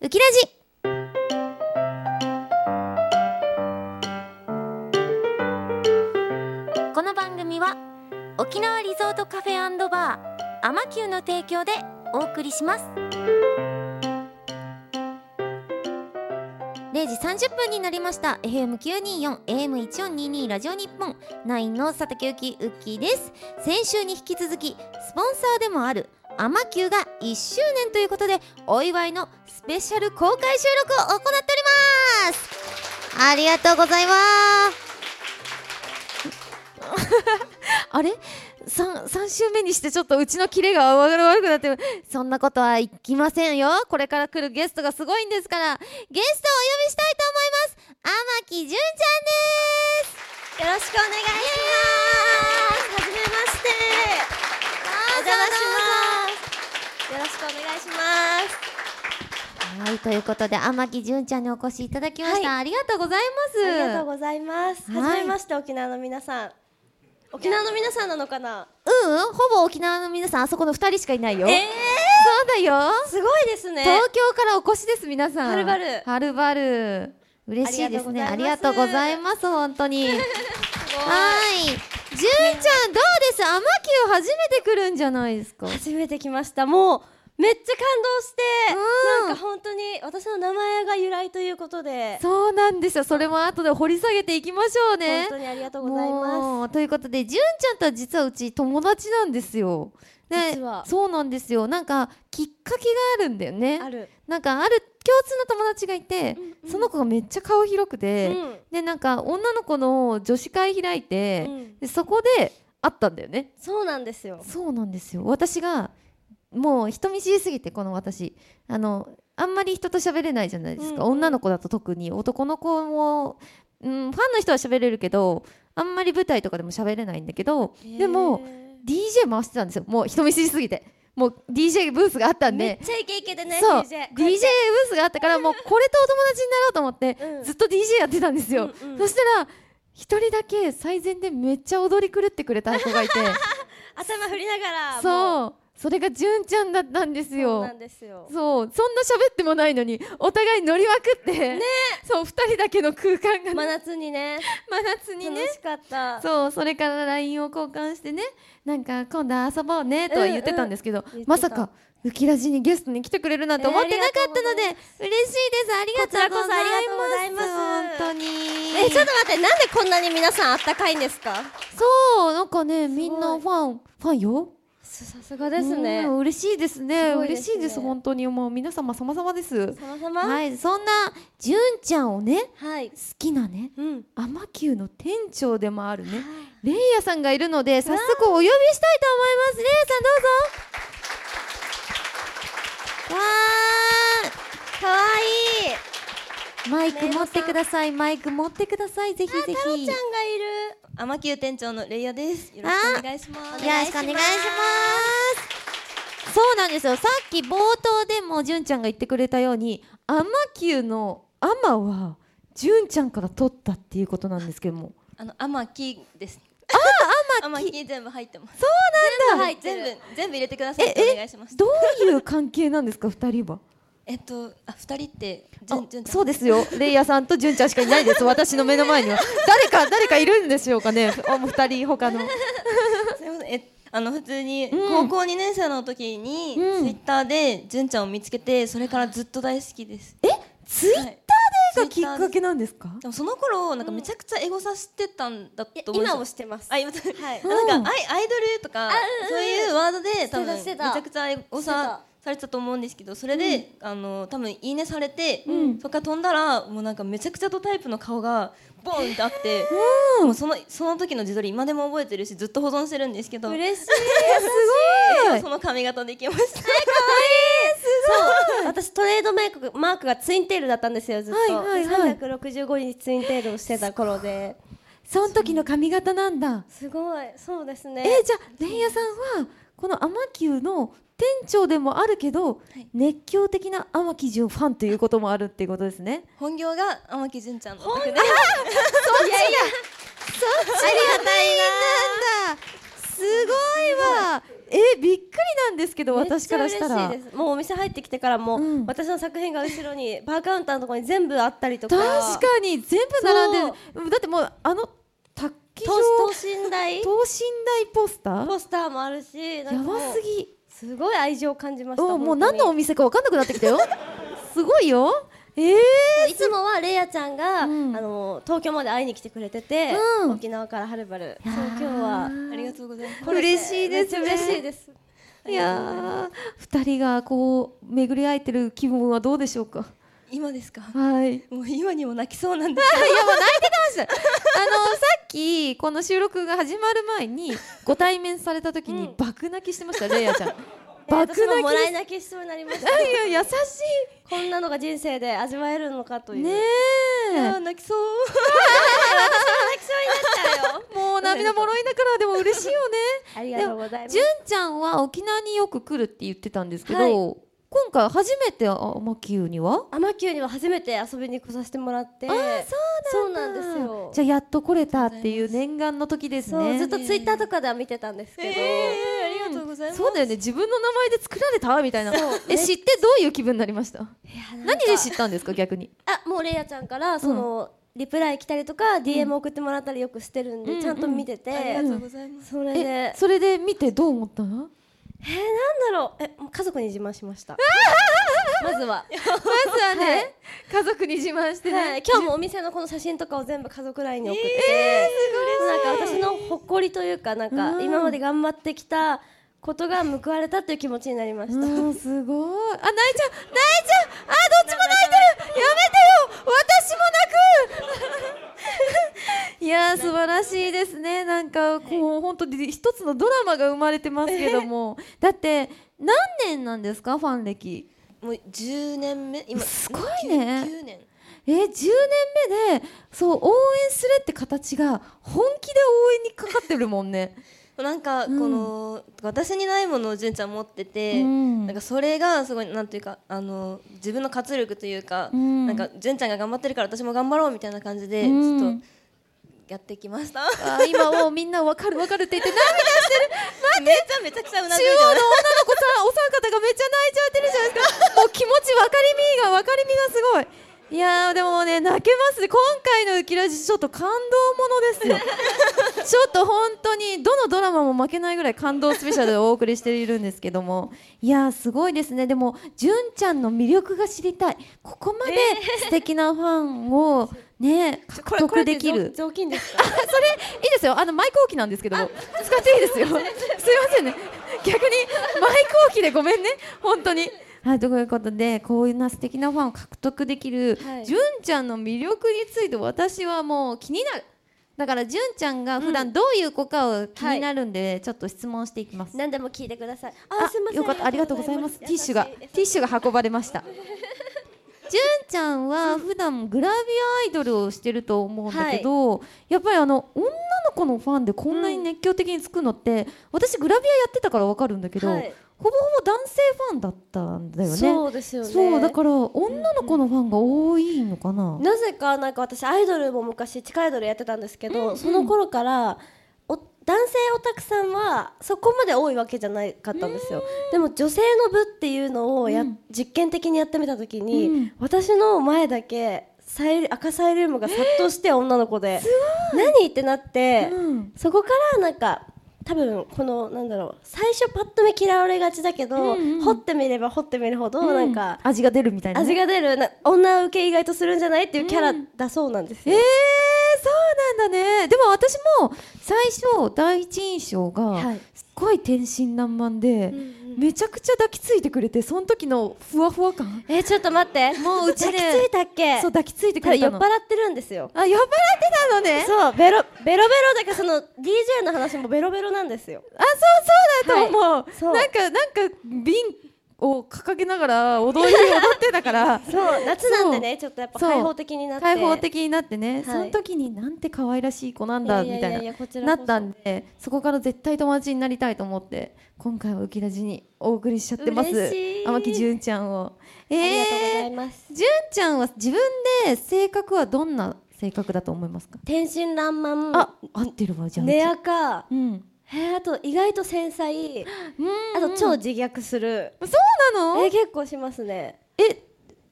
ウキラジこの番組は沖縄リゾートカフェバーアマキューの提供でお送りします0時30分になりました FM924 AM1422 ラジオ日本ナインの佐竹ゆきウッキーです先週に引き続きスポンサーでもあるアマキューが1周年ということでお祝いのスペシャル公開収録を行っておりますありがとうございます あれ 3, 3週目にしてちょっとうちのキレが悪くなってそんなことはいきませんよこれから来るゲストがすごいんですからゲストをお呼びしたいと思います天木純ちゃんですよろしくお願いしますはじめましてお邪魔しますよろしくお願いしますはいということで天木純ちゃんにお越しいただきました、ありがとうございますありがとうございます。はいはじめまして沖縄の皆さん。沖縄の皆さんなのかな。うんうん、ほぼ沖縄の皆さん、あそこの2人しかいないよ。えーそうだよ、すごいですね。東京からお越しです、皆さん。はるばるはるばる。嬉しいですね。あありりががととううごござざいいます、本当 に。はすごいい。純ちゃん、どうですアマキュー初めて来るんじゃないですか。初めて来ました。もうめっちゃ感動して、うんなんか本当に私の名前が由来ということで、そうなんですよ。それも後で掘り下げていきましょうね本。当にありがとうございます。もうということで純ちゃんとは実はうち友達なんですよ。ね実はそうなんですよ。なんかきっかけがあるんだよね。ある。なんかある共通の友達がいて、うんうんその子がめっちゃ顔広くうて、ん。でなんか女の子の女子会開いうて、んでそこで会ったんだよねそうなんですよ。そうなんですよ私がもう人見知りすぎてこの私あのあんまり人と喋れないじゃないですか、うんうん女の子だと特に男の子も、うん、ファンの人は喋れるけどあんまり舞台とかでも喋れないんだけどでもへ DJ 回してたんですよもう人見知りすぎてもう DJ ブースがあったーんめっでちゃイケイケでね、そう DJ こうやっ DJ てブースがあったからもうこれとお友達になろうと思って、うんずっと DJ やってたんですよ、うんうんそしたら一人だけ最前でめっちゃ踊り狂ってくれた子がいて頭振りながら、もそうそれが純ちゃんだったんですうそうよなんですよ。そうそんな喋ってもないのにお互い乗りまくってねそう2人だけの空間が真真夏にね、夏に楽ねしかった。そうそれから LINE を交換してねなんか今度遊ぼうねとは言ってたんですけど、うんうんまさかウキラジにゲストに来てくれるなんて思ってなかったので、えーあ嬉しいですありがとうございこちらこそありますがとうござ本当いにえちょっと待ってなんでこんなに皆さんあったかいんですかそうなんかねみんすなごフいァンファンよさすがですねうん嬉しいですねすごいですね嬉しいです本当にもう皆様様々です様々はい、はいそんな純ちゃんをね好きなねうんアマキューの店長でもあるねレイヤさんがいるので早速お呼びしたいと思いますレイヤさんどうぞわかわいーいマイクレイ持ヤさんってくださいマイク持ってくださいぜひぜひ太郎ちゃんがいる天宮店長のレイヤですよろしくお願いしますよろしくお願いします。そうなんですよ。さっき冒頭でも純ちゃんが言ってくれたように、アマキューのアマは純ちゃんから取ったっていうことなんですけども。あの、アマキです。あ、アマキ。全部入ってます。そうはい、全全部部、全部入れてくださいえってお願いしまえす。どういう関係なんですか二人は。えっと、あ、二人って、じゅん、じゅんあちゃん。そうですよ。レイヤーさんと純ちゃんしかいないです。私の目の前には誰か誰かいるんでしょうかね。おもう二人他 の。 すいませんえ、あの、普通に、う高ん校二年生の時に、ツイうんッターで、じゅんちゃんを見つけて、それからずっと大好きです。え、ツイッターはいでがきっかけなんですか。でも、その頃、なんか、めちゃくちゃエゴサしてたんだと思うんですよ今もしてますあ、今、 はいい、なんか、アイ、アイドルとか、そういうワードで、多分、しめちてたゃくちゃ、おさ。されてたと思うんですけど、それで、あの、多分、いいねされて、んそっから飛んだら、もうなんか、めちゃくちゃドタイプの顔が。ボンってあって、うんもうその、その時の自撮り、今でも覚えてるし、ずっと保存してるんですけど。嬉しいす今ご日その髪型できました。そう 私トレードメイクマークがツインテールだったんですよずっと、はいはいはい365日ツインテールをしてた頃でその時の髪型なんだ。すごいそうですねえーじゃあレイヤさんはこのアマキューの店長でもあるけど、い熱狂的なアマキジュンファンということもあるっていうことですね。本業が、天木純ちゃんのお宅で。そっちがいいなんだ。そすごいわえびっくりなんですけど私からしたらめっちゃ嬉しいですもうお店入ってきてからも、うん私の作品が後ろにバーカウンターのところに全部あったりとか確かに全部並んでるだってもうあの卓球場等身大等身大ポスターポスターもあるしなやんかもうばすぎすごい愛情を感じましたおもう本当何にのお店か分かんなくなってきたよすごいよええいつもはレイヤちゃんが、うんあの東京まで会いに来てくれてて、うん沖縄からはるばる、やそうー今日はありがとうございます来れて嬉しいですねめっちゃ嬉しいですいやー2人がこう巡り合えてる気分はどうでしょうか今ですかはいもう今にも泣きそうなん ですけいやもう泣いてました あのさっきこの収録が始まる前にご対面された時に爆泣きしてました、レイヤちゃん爆泣き私ももらでい泣きしそうになりましすたいや優しこんなのが人生で味わえるのかといいうねどえあー泣きそう泣きそうになっちゃうよもう涙もろいなからでも嬉しいよね ありがとうございます純ちゃんは沖縄によく来るって言ってたんですけど、はい今回初めて天球には天球には初めて遊びに来させてもらってあーそうなんですよじゃあやっと来れたっていう念願の時ですそうねずっとツイッターとかでは見てたんですけど、えーありがとうございますそうだよね自分の名前で作られたみたいな え知ってどういう気分になりましたいやなんか何で知ったんですか逆にあもうレイヤちゃんからその、リプライ来たりとか DM 送ってもらったりよくしてるんで、うんちゃんと見てて、ありがとうございますそれでええそれで見てどう思ったのなんだろうえもう家族に自慢しました まずは、まずはね家族に自慢してはね い、今日もお店のこの写真とかを全部家族 LINE に送って、なんか私の誇りというかなんうかん今まで頑張ってきたことが報われたという気持ちに なりました、うんすごいあ泣いちゃう泣いちゃうあどっちも泣いてるやめてよ私も泣く いやー素晴らしいですねなんかこう本当に一つのドラマが生まれてますけどもだって何年なんですかファン歴もう10年目今すごいね9年えー、10年目でそう応援するって形が本気で応援にかかってるもんね。なんかこうんの、私にないものを純ちゃん持ってて、うんなんかそれがすごいなんていうかあの自分の活力というか、うんなんか純ちゃんが頑張ってるから私も頑張ろうみたいな感じで、うんちょっとやってきました。あー今もうみんなわかるわかるって言って涙してるめちゃめちゃくちゃうなず中いて央のま女の子さんお三方がめっちゃ泣いちゃってるじゃないですかもう気持ち分かりみが分かりみがすごい。いやーでもね泣けますね今回の「ウキラジ」ちょっと感動 ものですよちょっと本当にどのドラマも負けないぐらい感動スペシャルでお送りしているんですけどもいやーすごいですねでも純ちゃんの魅力が知りたいここまで素敵なファンを ね獲得できる雑巾で すかそれいいですよあのマイク置きなんですけど使っていいですよすいませんね逆にマイク置きでごめんね本当にはいということでこういうな素敵なファンを獲得できる、はい純ちゃんの魅力について私はもう気になるだから純ちゃんが普段どういう子かを気になるんで、ちょっと質問していきます何でも聞いてくださいああすいませんよかったありがとうございますティッシュがテ優しいィッシュが運ばれました純ちゃんは普段グラビアアイドルをしてると思うんだけど、やっぱりあの女の子のファンでこんなに熱狂的につくのって、私グラビアやってたからわかるんだけど、はいほぼほぼ男性ファンだったんだよねそうですよねそうだから女の子のファンが多いのかな、なぜかなんか私アイドルも昔地下アイドルやってたんですけど、その頃からお男性オタクさんはそこまで多いわけじゃないかったんですよでも女性の部っていうのをや、うん実験的にやってみた時に、うん私の前だけサイ赤サイリウムが殺到して女の子で何ってなって、うんそこからなんか多分このなんだろう最初パッと見嫌われがちだけど、うんうん掘ってみれば掘ってみるほどなんか、うん味が出るみたいなね、味が出るな女受け意外とするんじゃないっていうキャうラんだそうなんですえよ、ー、そうなんだねでも私も最初第一印象が、はいすっごい天真爛漫で、めちゃくちゃ抱きついてくれてその時のふわふわ感えちょっと待ってもううちで抱きついたっけそう抱きついてくただれ酔たっの払ってるんですよあ酔っ払ってたのねそうそうベロベロベロだからその DJ の話もベロベロなんですよあそうそうだと思う,、そうなんかなんか瓶を掲げながら踊り踊ってた からそう夏なんでねちょっとやっぱそう開放的になって開放的になってね、いその時になんて可愛らしい子なんだいみやたいいやないやいやこちらこなそったんでそこから絶対友達になりたいと思って今回は浮き出しにお送りしちゃってます嬉しい天城純ちゃんをえありがとうございーます、純ちゃんは自分で性格はどんな性格だと思いますか天真爛漫あ合ってるわじゃあ寝やかうんええー、あと意外と繊細うんあと超自虐する、そうなのええー結構しますね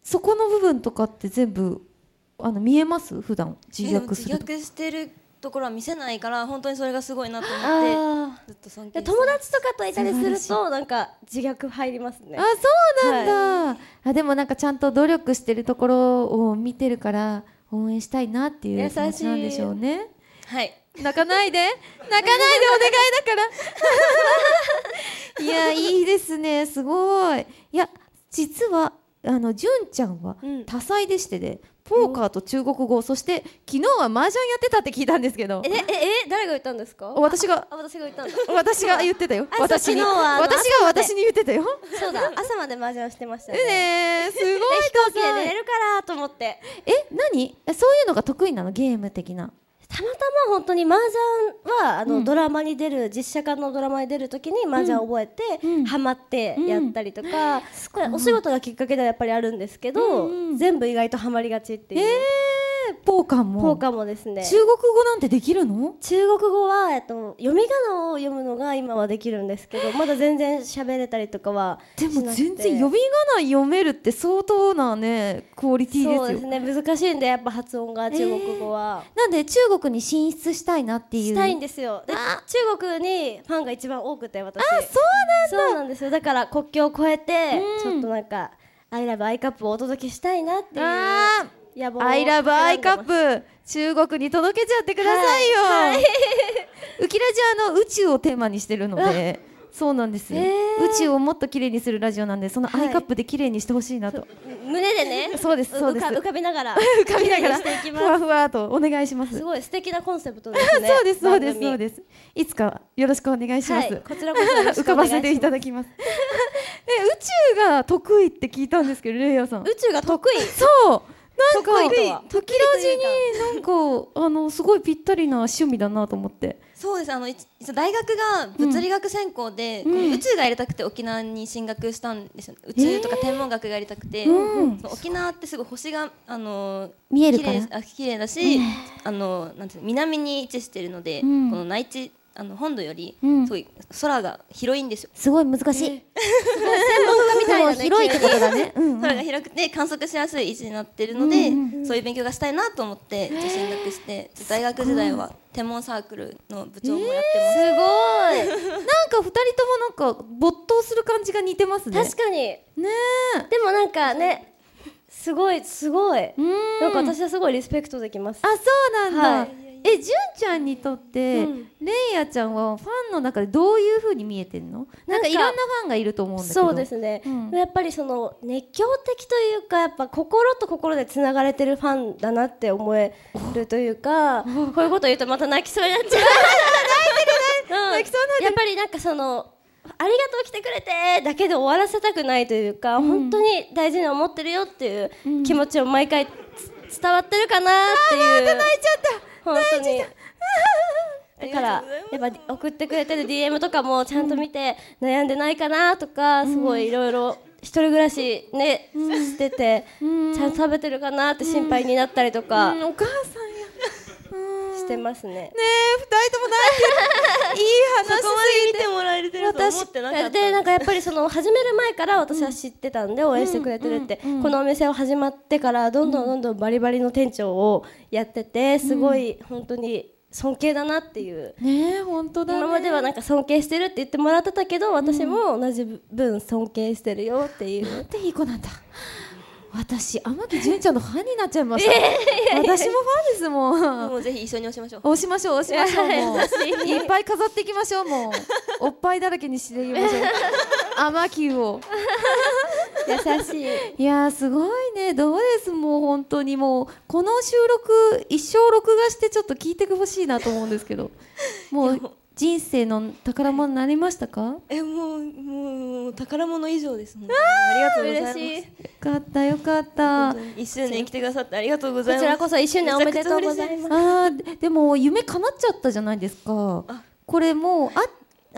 そこの部分とかって全部あの見えます普段自えでも虐する自と虐してるところは見せないから本当にそれがすごいなと思ってあずっと尊ー敬友達とかといたりする素晴となんか自虐入りますねあそうなんだ、あでもなんかちゃんと努力してるところを見てるから応援したいなっていう優気し持いちなんでしょうねはい泣かないで泣かないでお願いだからいや いいですねすごいいや実はあの純ちゃんはうん多彩でしてで、ポーカーと中国語そして昨日は麻雀やってたって聞いたんですけどえええ誰が言ったんですか私があ私が言ったんだ私が言ってたよあそう私に昨日はあの私が朝まで私に言ってたよそうだ朝まで麻雀してましたねねえすごいで飛行機多彩で寝れるからと思ってえ何えそういうのが得意なのゲーム的なたまたま本当に麻雀はあの、うんドラマに出る実写化のドラマに出る時に麻雀を覚えて、うんハマってやったりとか、これお仕事がきっかけではやっぱりあるんですけど、うんうん全部意外とハマりがちっていう、えーポーカーもポーカーもですね中国語なんてできるの中国語は、えっと、読み仮名を読むのが今はできるんですけどまだ全然喋れたりとかはでもしなくて全然読み仮名読めるって相当なねクオリティですよそうですね難しいんでやっぱ発音が中国語は、なんで中国に進出したいなっていうしたいんですよであ中国にファンが一番多くて私あそうそうなんですよだから国境を越えて、うんちょっとなんか「アイラブアイカップ」をお届けしたいなっていうなんだあ野望をーアイラブアイカッ膨らんでプ中国に届けちゃってくださいよ、はいはいウキラジあの宇宙をテーマにしてるのでそうなんですよ、えー宇宙をもっと綺麗にするラジオなんでそのアイカップで綺麗にしてほしいなと、ます胸でねそうですそうですうか浮かびながら浮かびながらしていきふまわふわとお願いしますすすごい素敵なコンセプトですねそうですそうです番組そうですいつかよろしくお願いします、はいこちらこそよろしくお願いしま す浮かばせていただきます え宇宙が得意って聞いたんですけどレイヤーさん宇宙が得意そうなんか得意とは時々になんかあのすごいぴったりな趣味だなと思ってそうですあのい一応大学が物理学専攻で、うんこのうん宇宙がやりたくて沖縄に進学したんですよ宇宙とか天文学がやりたくて、うんその沖縄ってすごい星があの見えるから綺麗あ綺麗だし、あのなんていうの南に位置してるので、うんこの内地あの本土よりうんすごい空が広いんですよ、すごい難しい、みたいなねそう広いってことだね、うんうん空が広くて観測しやすい位置になってるので、うんそういう勉強がしたいなと思って一応進学して大学時代は天文サークルの 部長もやってます、すなんか二人ともなんか没頭する感じが似てますねごい 確かにねえでもなんかねすごいすごいうんなんか私はすごいリスペクトできますあそうなんだ、はいえ純ちゃんにとって、うんレイヤちゃんはファンの中でどういう風に見えてんのななんかんかいろんなファンがいると思うんだけどそうですね、うんやっぱりその熱狂的というかやっぱ心と心でつながれてるファンだなって思えるというかこういうこと言うとまた泣きそうになっちゃ泣きそうになっううんやっぱりなんかそのありがとう来てくれてだけで終わらせたくないというか、本当に大事に思ってるよっていう気持ちを毎回つ伝わってるかなっていう、泣いちゃっ本当に。 だからやっぱ送ってくれてる DM とかもちゃんと見て悩んでないかなとかすごいいろいろ一人暮らしねしててんちゃんと食べてるかなって心配になったりとた、かうんお母さんやうんしてますねね。え二人とも泣いてるいい話そこまで見てもらえてると思私ってなかったでなんかやっぱりその始める前から私は知ってたんで応援してくれてるってうんうんこのお店を始まってからどんどんどんどんバリバリの店長をやっててすごい本当に尊敬だなっていうねえ本当だ、ね、今まではなんか尊敬してるって言ってもらってたけど私も同じ分尊敬してるよっていう、 なんていい子なんだ私天城純ちゃんのファンになっちゃいました、私もファンですもんもうぜひ一緒に押しましょう押しましょう押しましょうもう優しいいっぱい飾っていきましょう もうおっぱいだらけにしていきましょう甘きを優しいいやーすごいねどうですもう本当にもうこの収録一生録画してちょっと聞いてほしいなと思うんですけ どもう人生の宝物になりましたか、えもうもう宝物以上ですもんありがとうございます嬉しいよかったよかった本当に一周年来てくださってありがとうごこざいますちらこそ一周年おめでとうござめちゃくちゃ嬉しいでいますあーででも夢叶っちゃったじゃないですかあこれもうあ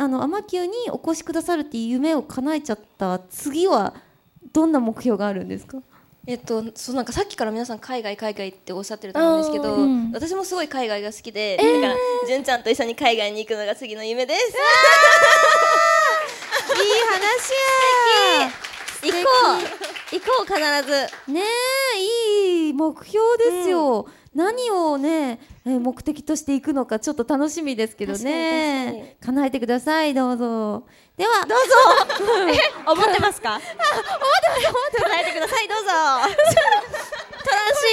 あの天宮にお越しくださるっていう夢を叶えちゃった次はどんな目標があるんですかえっと、そうなんかさっきから皆さん海外海外っておっしゃってると思うんですけど、あーうん私もすごい海外が好きで、だから純ちゃんと一緒に海外に行くのが次の夢です。いい話や行こう行こう必ずねえいい目標ですよ、何をねえー目的としていくのかちょっと楽しみですけど確かに確ね叶えてくださいどうぞではどうぞ 思ってます捉かえてくださいどうぞトラン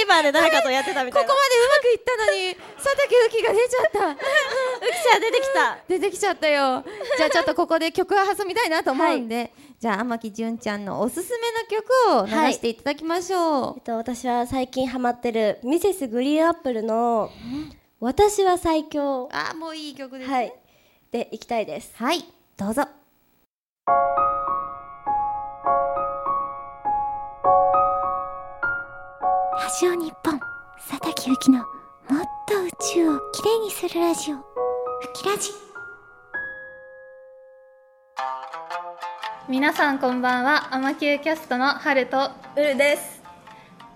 シーバーで誰かとやってたみこたこまいでうなまくいったのに佐竹ウキが出ちゃったうきちゃん出てきた出てきちゃったよじゃあちょっとここで曲を挟みたいなと思うんで、じゃあ天城純ちゃんのおすすめの曲を流していただきましょう、えっと、私は最近ハマってるミセスグリーンアップルの「私は最強あーもういい曲」ですねはいでいきたいですはい、どうぞラジオ日本佐竹ゆきのもっと宇宙をきれいにするラジオふきラジ皆さんこんばんはアマキューキャストのハルとウルです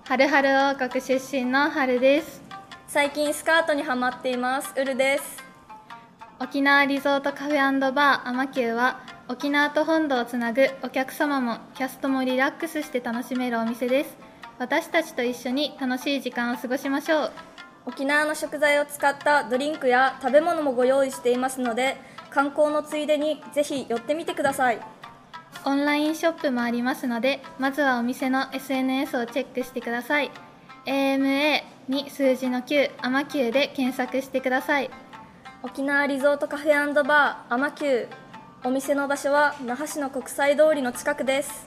ハルハル王国出身のハルです最近スカートにハマっていますウルです沖縄リゾートカフェバーアマキューは沖縄と本土をつなぐお客様もキャストもリラックスして楽しめるお店です私たちと一緒に楽しい時間を過ごしましょう沖縄の食材を使ったドリンクや食べ物もご用意していますので観光のついでにぜひ寄ってみてくださいオンラインショップもありますのでまずはお店の SNS をチェックしてください AMA に数字の9アマキューで検索してください沖縄リゾートカフェバーアマキューお店の場所は那覇市の国際通りの近くです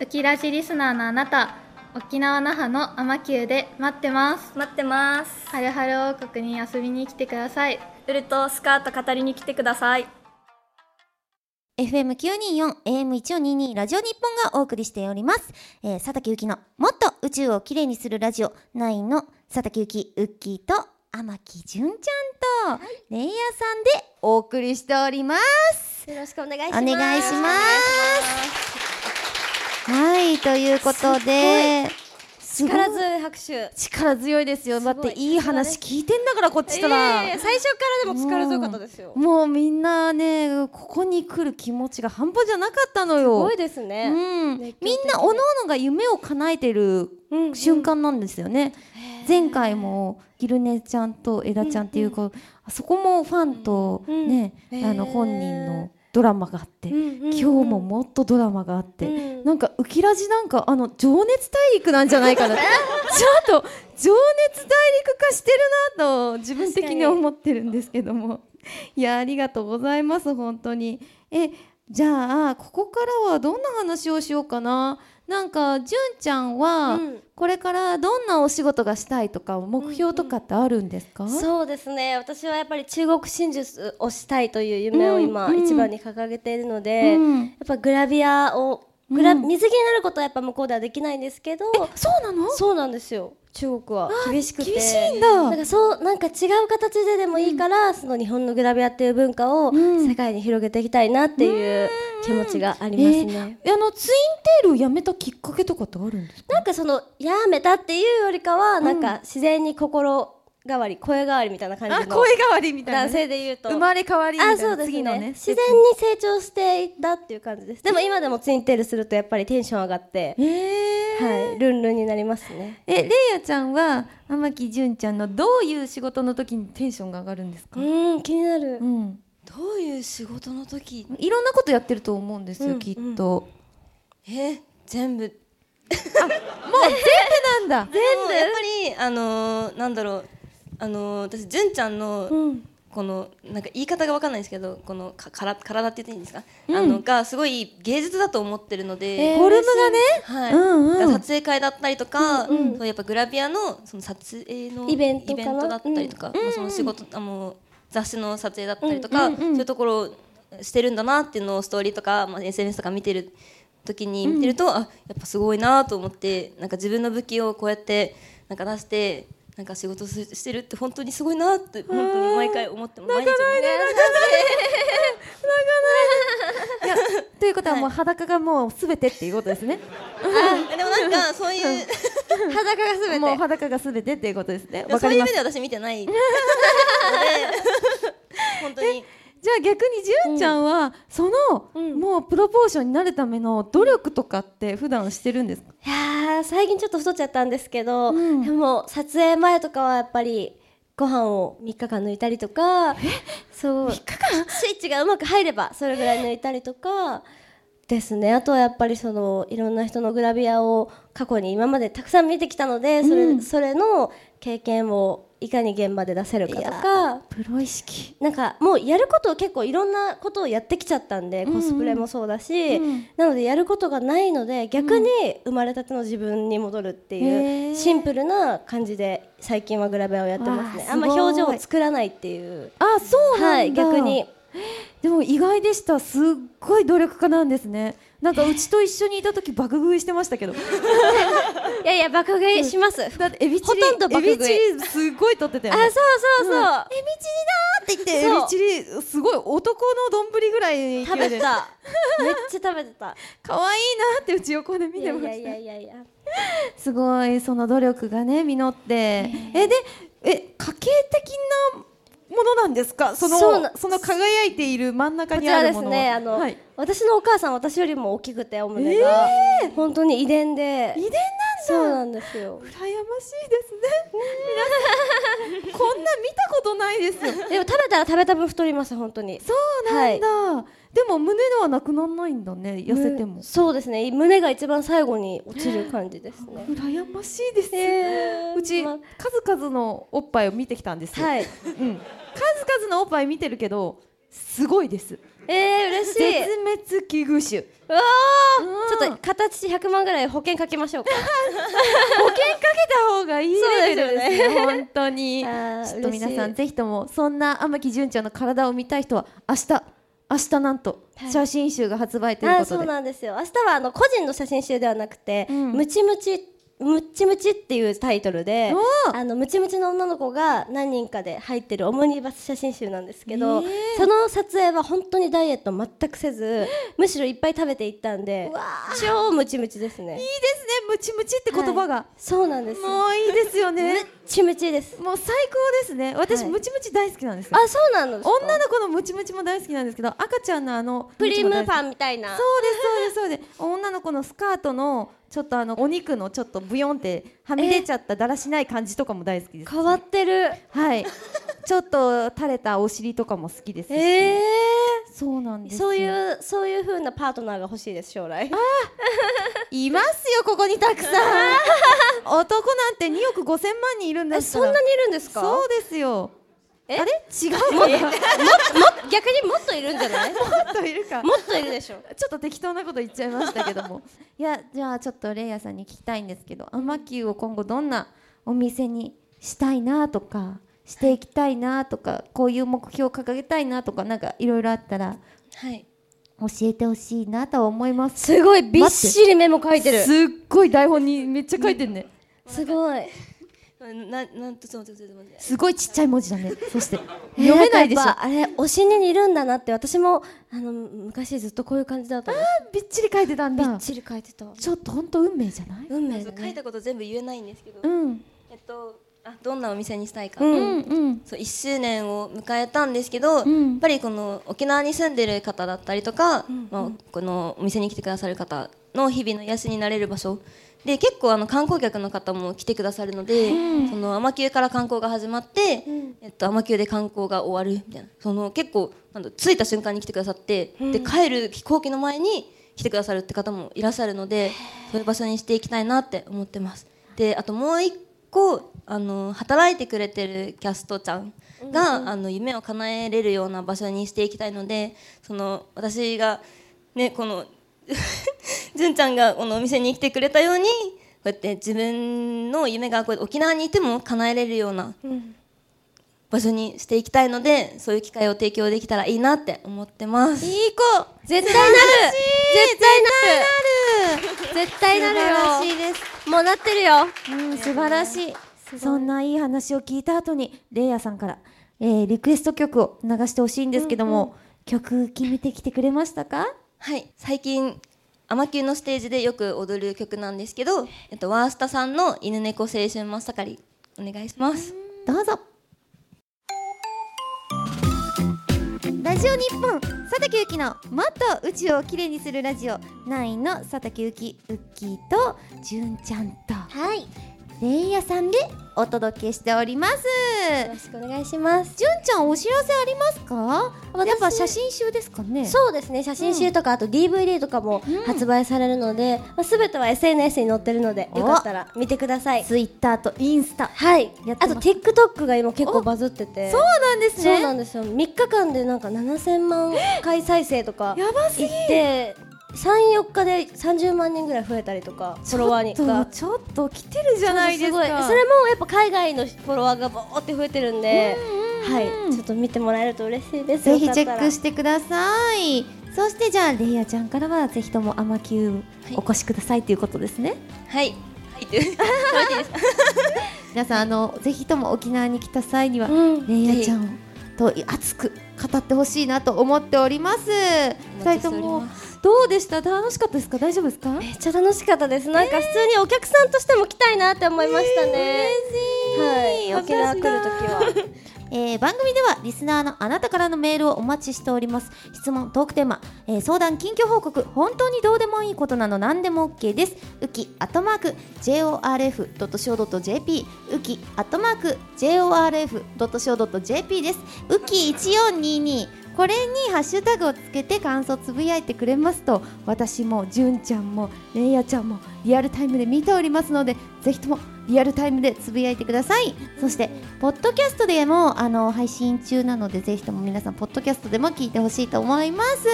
ウキラジリスナーのあなた沖縄那覇のアマキューで待ってます待ってますはるはる王国に遊びに来てくださいウルとスカート語りに来てください FM924 AM1422 ラジオ日本がお送りしております、えー、佐竹ゆきのもっと宇宙をきれいにするラジオ9の佐竹ゆきウッキーと天城純ちゃんとレイヤーさんでお送りしておりますよろしくお願いしおます願いしますはいということですごい力強い拍手力強いですよだっていい話聞いてんだからこっちかいら、えいえ最初からでも力強かったですよすもうみんなねここに来る気持ちが半端じゃなかったのよごいですね、うん、みん熱狂的なおのおのが夢を叶えてるうん瞬間なんですよね、前回もギルネちゃんとエダちゃんっていう子、あそこもファンとうんね、へーあの本人のドラマがあって、今今日ももっとドラマがあって、うんなんかウキラジなんかあの情熱大陸なんじゃない かなちょっと情熱大陸化してるなと自分的に思ってるんですけどもいやありがとうございます本当にえじゃあここからはどんな話をしようかななんか純ちゃんは、うんこれからどんなお仕事がしたいとか目標とかってあるんですか、そうですね私はやっぱり中国真術をしたいという夢を今うんうん一番に掲げているので、うんやっぱグラビアをグラ、うん水着になることはやっぱ向こうではできないんですけどそうなのそうなんですよ中国は厳しくて厳しいんだなんかそうなんか違う形ででもいいから、その日本のグラビアっていう文化をん世界に広げていきたいなっていう気持ちがありますね、えーあのツインテールをやめたきっかけとかってあるんですかなんかそのやめたっていうよりかは、なんか自然に心変わり声変わりみたいな感じの変わりみ男性で言うと生まれ変わりみたいなあそうです次のねね自然に成長していったっていう感じですでも今でもツインテールするとやっぱりテンション上がって、えーはい、ルンルンになりますねえレイヤちゃんは天城純ちゃんのどういう仕事の時にテンションが上がるんですか、うん気になるうん、どういう仕事の時いろんなことやってると思うんですよ、うんきっと、え全部もう全部なん だ全部やっぱりあのーなんだろうあのー私純ちゃんの、うんこのなんか言い方がわかんないですけどこのかから体って言っていいんですか、あのがすごい芸術だと思ってるので、フォルムがねはいうんうんだから撮影会だったりとか、そうやっぱグラビアのその撮影のイベントかなだったりとか、まあその仕事あの雑誌の撮影だったりとか、うんうんうんそういうところをしてるんだなっていうのをストーリーとか、まあ、SNS とか見てる時に見てると、あやっぱすごいなと思ってなんか自分の武器をこうやってなんか出して。なんか仕事すしてるって本当にすごいなって本当に毎回思ってます毎日思ってということはもう裸がもうすべてっていうことですねますででもなんかそういう裸がすべてもう裸がすべてっていうことですね。わそかういりまう目す。で私見て ないので本当にじゃあ逆にじゅんちゃんは、その、うんもうプロポーションになるための努力とかって普段してるんですか。いやー最近ちょっと太っちゃったんですけど、んでも撮影前とかはやっぱりご飯を3日間抜いたりとかそう3日間スイッチがうまく入ればそれぐらい抜いたりとかですねあとはやっぱりそのいろんな人のグラビアを過去に今までたくさん見てきたのでそれ,、それの経験をいかに現場で出せるかとかプロ意識。なんかもうやることを結構いろんなことをやってきちゃったんで、コスプレもそうだし、なのでやることがないので逆に生まれたての自分に戻るっていう、へーシンプルな感じで最近はグラビアをやってますねわああんますごい表情を作らないっていうあ、そうはなんいだ。逆にでも意外でした。すっごい努力家なんですね。なんかうちと一緒にいた時爆食いしてま したけど。いやいや爆食いします、だってエビチリほとんど爆食いエビチリすごい取ってたよあね。そうそうそう、エビチリだーって言そうエビチリすごい男の丼ぐらいの食勢べいてでためっちゃ食べて た可愛いなってうち横で見いてやまいしたやいやいやいやすごいその努力がね実ってえでえ家計的なものなんですかそのそうそなの輝いている真ん中こちにらあるでもすのねあの、はい、私のお母さん私よりも大きくてお胸が、本当に遺伝で遺伝そうなんだなんです よ羨ましいですね皆さんこんな見たことないです よでも食べたら食べた分太ります本当にそうなんだ、でも胸のはなくならないんだね痩せてもむそうですね胸が一番最後に落ちる感じですね羨ましいです、へーうちま数々のおっぱいを見てきたんですよ、はいうん、数々のおっぱい見てるけどすごいですえー、嬉し絶い滅危惧種うわうーんちょっと形100万ぐらい保険かけまし ょうか保険かけた方がいいレベルですそうでねすよね本当に あーちょっと皆嬉さしんいぜひともそんな天城純ちゃんの体を見たい人は明日明日なんとい写真集が発売というあこそとうで、なんですよ明日はあの個人の写真集ではなくて「んムチムチムチムチ」っていうタイトルでおー あのムチムチの女の子が何人かで入ってるオムニバス写真集なんですけど、ねえその撮影は本当にダイエット全くせず むしろいっぱい食べていったんで超ムチムチですねいいですねムチムチって言葉が、はいそうなんですもういいですよねムチムチですもう最高ですね私、はいムチムチ大好きなんですよあそうなのですか女の子のムチムチも大好きなんですけど赤ちゃんのあのクリームパンンみたいそなうですそうですそうです女の子のスカートのちょっとあのお肉のちょっとブヨンってはみ出ちゃっただらしない感じとかも大好きです変わってるはい。ちょっと垂れたお尻とかも好きですし。ええそうなんですよ。そういうそういう風なパートナーが欲しいです将来いますよここにたくさん。男なんて2億5千万人いるんでえすそから。んなにいるんですかそうですよ。あえれ違う のか逆にもっといるんじゃない もなといるか。っといるでしょちょっと適当なこと言っちゃいましたけど も。いやじゃあちょっとレイヤーさんに聞きたいんですけど、アマキューを今後どんなお店にしたいなとか。していきたいなとかこういう目標を掲げたいなとかなんかいろいろあったらはい教えてほしいなとは思いますすごいびっしりメモ書いてるすっごい台本にめっちゃ書いてるね。すごいななんとちょっと待ってちょっと待ってすごいちっ ちゃい文字だね。そして読めないでしょ。んかやっぱあれ推しに似るんだなって私もあの昔ずっとこういう感じだったんですびっちり書いてたんびっだ。ちり書いてたちょっと本当運命じゃない？運命ちょだっと書いねたこと全部言えないんですけど、うんえっとあどんなお店にしたいか、うんんうんそう1周年を迎えたんですけど、んやっぱりこの沖縄に住んでる方だったりとか、まあ、このお店に来てくださる方の日々の癒しになれる場所で結構あの観光客の方も来てくださるので、その天球から観光が始まって、えっと、天球で観光が終わるみたいなその結構なんだ着いた瞬間に来てくださって、で帰る飛行機の前に来てくださるって方もいらっしゃるのでそういう場所にしていきたいなって思ってます。であともう一個あの働いてくれてるキャストちゃんが、あの夢を叶えれるような場所にしていきたいのでその私が、ね、この 純ちゃんがこのお店に来てくれたようにこうやって自分の夢がこうやって沖縄にいても叶えれるような場所にしていきたいので、そういう機会を提供できたらいいなって思ってます。いい子絶対なる絶対なる絶対なる素晴らしいよもうなってるようん素晴らしい。そんないい話を聞いた後にレイヤーさんから、えー、リクエスト曲を流してほしいんですけども、曲決めてきてくれましたか？はい、最近アマキューのステージでよく踊る曲なんですけど、えっと、ワースタさんの「犬猫青春真っ盛り」お願いします。どうぞラジオ日本佐竹ゆきのもっと宇宙をきれいにするラジオ9の佐竹ゆきウッキーとじゅんちゃんとはい、よレイヤさんでお届けしておりますろしくお願いします。じゅんちゃんお知らせありますかやっぱ写真集ですかねそうですね写真集とか、あと DVD とかも発売されるので、まあ、全ては SNS に載ってるのでおよかったら見てくださいツイッターとインスタはいやってあますと TikTok が今結お構バズっててそうなんですそうねなんですよ3日間でなんか7000万回再生とかやばすいぎって34日で30万人ぐらい増えたりとかフォロワーにちょっがとちょっと来てるじゃないですごいかそれもやっぱ海外のフォロワーがボーって増えてるんではいちょっと見てもらえると嬉しいですぜひチェックしててくださいそしてじゃあレイヤちゃんからはぜひともアマキューお越しくださいということですね、はい、はいって皆さんあのぜひとも沖縄に来た際には、うんレイヤちゃんと熱く語ってほしいなと思っておりますお二待人とちしておりもますどうでした楽しかったですか大丈夫ですかめっちゃ楽しかったですなんか普通にお客さんとしても来たいなって思いましたね、嬉しいはい沖縄来るときはえー番組ではリスナーのあなたからのメールをお待ちしております質問トークテーマ、えー相談近況報告本当にどうでもいいことなど何でも OK ですウキアットマーク JORF.SHOW.JP ウキアットマーク JORF.SHOW.JP ですウキ1422これにハッシュタグをつけて感想をつぶやいてくれますと私もじゅんちゃんもレイヤちゃんもリアルタイムで見ておりますのでぜひともリアルタイムでつぶやいてくださいそしてポッドキャストでもあの配信中なのでぜひとも皆さんポッドキャストでも聞いてほしいと思います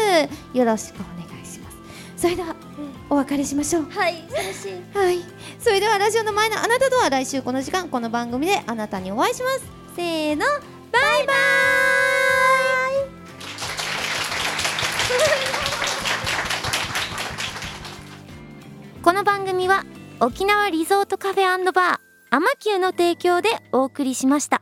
よろしくお願いしますそれではお別れしましょうはい寂しいはいそれではラジオの前のあなたとは来週この時間この番組であなたにお会いしますせーのバイバーイ この番組は沖縄リゾートカフェバーアマキューの提供でお送りしました